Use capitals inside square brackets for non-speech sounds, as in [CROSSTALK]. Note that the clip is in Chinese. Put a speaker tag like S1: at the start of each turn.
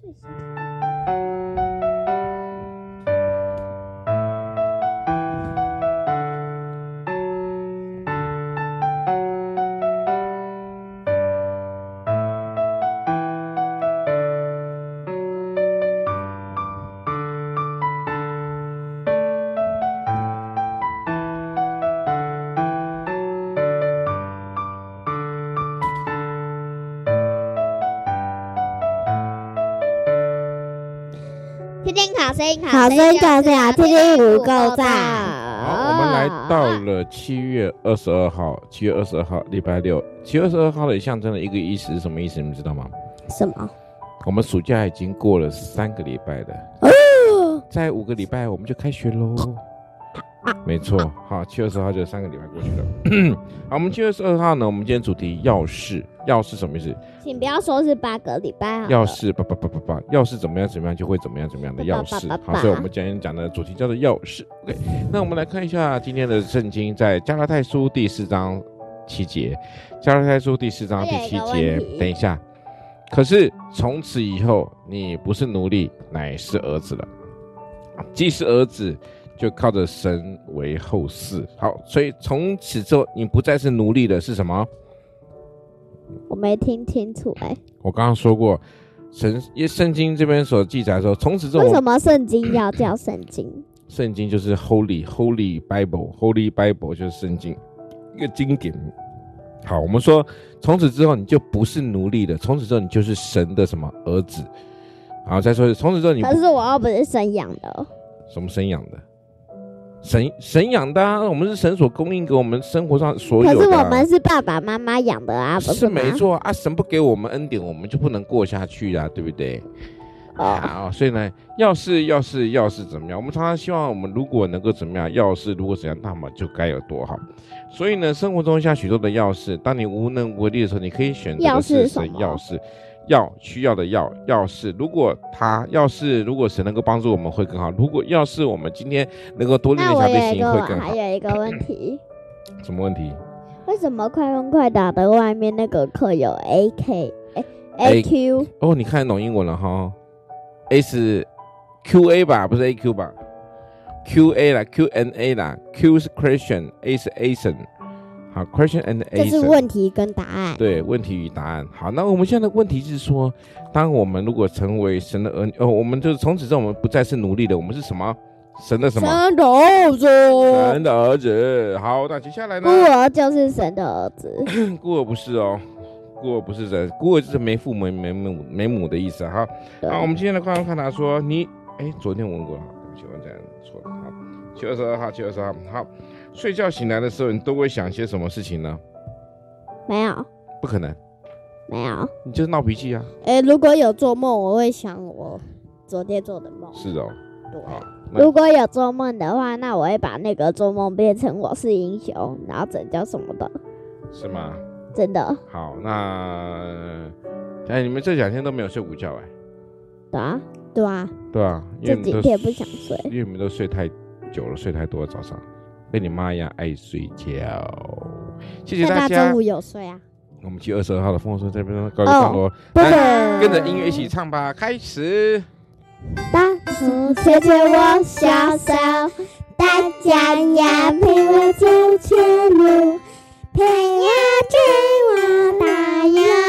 S1: 最喜欢。
S2: 听听考声音，
S1: 好声音，好声
S2: 啊
S1: 音，听听啊五够赞。
S2: 好
S3: 好，我们来
S2: 啊
S3: 到了七月二十二号，七月二十二号，礼拜六。七月二十二号的象征的一个意思是什么意思？你们知道吗？
S1: 什么？
S3: 我们暑假已经过了三个礼拜了，在五个礼拜我们就开学喽。没错，好，七月二十号就三个礼拜过去了。 [COUGHS] 好，我们七月二十二号呢，我们今天主题钥匙，钥匙什么意思？
S2: 请不要说是八个礼拜好啊了
S3: 钥匙，叭叭叭叭叭，钥匙怎么样怎么样就会怎么样怎么样的
S2: 叭
S3: 钥匙
S2: 叭叭。
S3: 好，
S2: 叭
S3: 所以我们今天讲的主题叫做钥匙。OK，那我们来看一下今天的圣经，在加拉太书第四章七节，加拉太书第四章第七
S2: 我有一
S3: 节
S2: 个问。题
S3: 等一下，可是从此以后，你不是奴隶，乃是儿子了。既是儿子，就靠着神为后嗣。好，所以从此之后，你不再是奴隶了，是什么？
S2: 我没听清楚哎、
S3: 我刚刚说过，神耶圣经这边所记载说，从此之后
S2: 为
S3: 我
S2: 什
S3: 们，
S2: 么圣经要叫圣经？
S3: 圣经就是 Holy Holy Bible，Holy Bible 就是圣经一个经典。好，我们说从此之后你就不是奴隶了，从此之后你就是神的什么儿子。好，再说一次，从此之后你不
S2: 可是我又不是生养的，哦
S3: 什么神养的？神神养的、啊，我们是神所供应给我们生活上所
S2: 可
S3: 有的啊、
S2: 是我们是爸爸妈妈养的啊，不
S3: 是
S2: 吗
S3: 没。错啊，神不给我们恩典，我们就不能过下去啊，对不对？
S2: 哦，
S3: 好，所以呢，要是要是要是怎么样？我们常常希望我们如果能够怎么样，要是如果怎样，那么就该有多好。所以呢，生活中像许多的要是，当你无能为力的时候，你可以选择
S2: 要
S3: 的
S2: 是
S3: 是
S2: 什
S3: 神
S2: 么
S3: 要是要需要的要要是，如果他要是如果神能够帮助我们会更好。如果要是我们今天能够多练
S2: 那我
S3: 点小
S2: 有一
S3: 提琴
S2: 个
S3: 会更
S2: 还
S3: 好。
S2: 有一个问题，
S3: 什么问题
S2: 为什么快问快答的外面那个课有 A K A A Q？
S3: 哦，你看得懂英文了哈？A 是 Q A 吧，不是 A Q 吧？Q A 啦，Q N A 啦，Q 是 question，A 是 action，好，question and
S2: 这
S3: action
S2: 是问题跟答案。
S3: 对问题与答案。好，那我们现在的问题是说，当我们如果成为神的儿女，哦，我们就是从此之后我们不再是奴隶了，我们是什么？神的什么？
S2: 神的儿子，
S3: 神啊的儿子。好，那接下来
S2: 孤
S3: 呢？
S2: 儿就是神的儿子。
S3: 孤儿不是哦，孤儿不是人，孤儿就是没父没没母没母的意思啊哈。
S2: 对
S3: 好，我们今天来看看他说你，哎，昨天问过了，对不起，我这样错了。好，七月二十二号，七月二十二号，好，睡觉醒来的时候，你都会想些什么事情呢？
S2: 没有
S3: 不可能，
S2: 没有。
S3: 你就是闹脾气啊。
S1: 哎，如果有做梦，我会想我昨天做的梦。
S3: 是哦，
S1: 对，
S3: 好，那
S2: 如果有做梦的话，那我会把那个做梦变成我是英雄，然后拯救什么的，
S3: 是吗？
S2: 真的，
S3: 好，那，哎，你们这两天都没有睡午觉哎、
S2: 对啊，
S1: 对啊，
S3: 对啊，因
S2: 这
S3: 为你
S2: 几
S3: 们都
S2: 天不想睡。
S3: 因为你们都睡太久了，睡太多了，早上跟你妈一样爱睡觉。谢谢
S1: 但
S3: 大
S1: 他
S3: 家
S1: 中，午有睡啊。
S3: 我们七月二十二号的风声这边告一段落，
S2: 不
S3: 来
S2: 能
S3: 跟着音乐一起唱吧，开始。
S2: 大手牵着我小手，大家呀陪我走前路，陪我追我大呀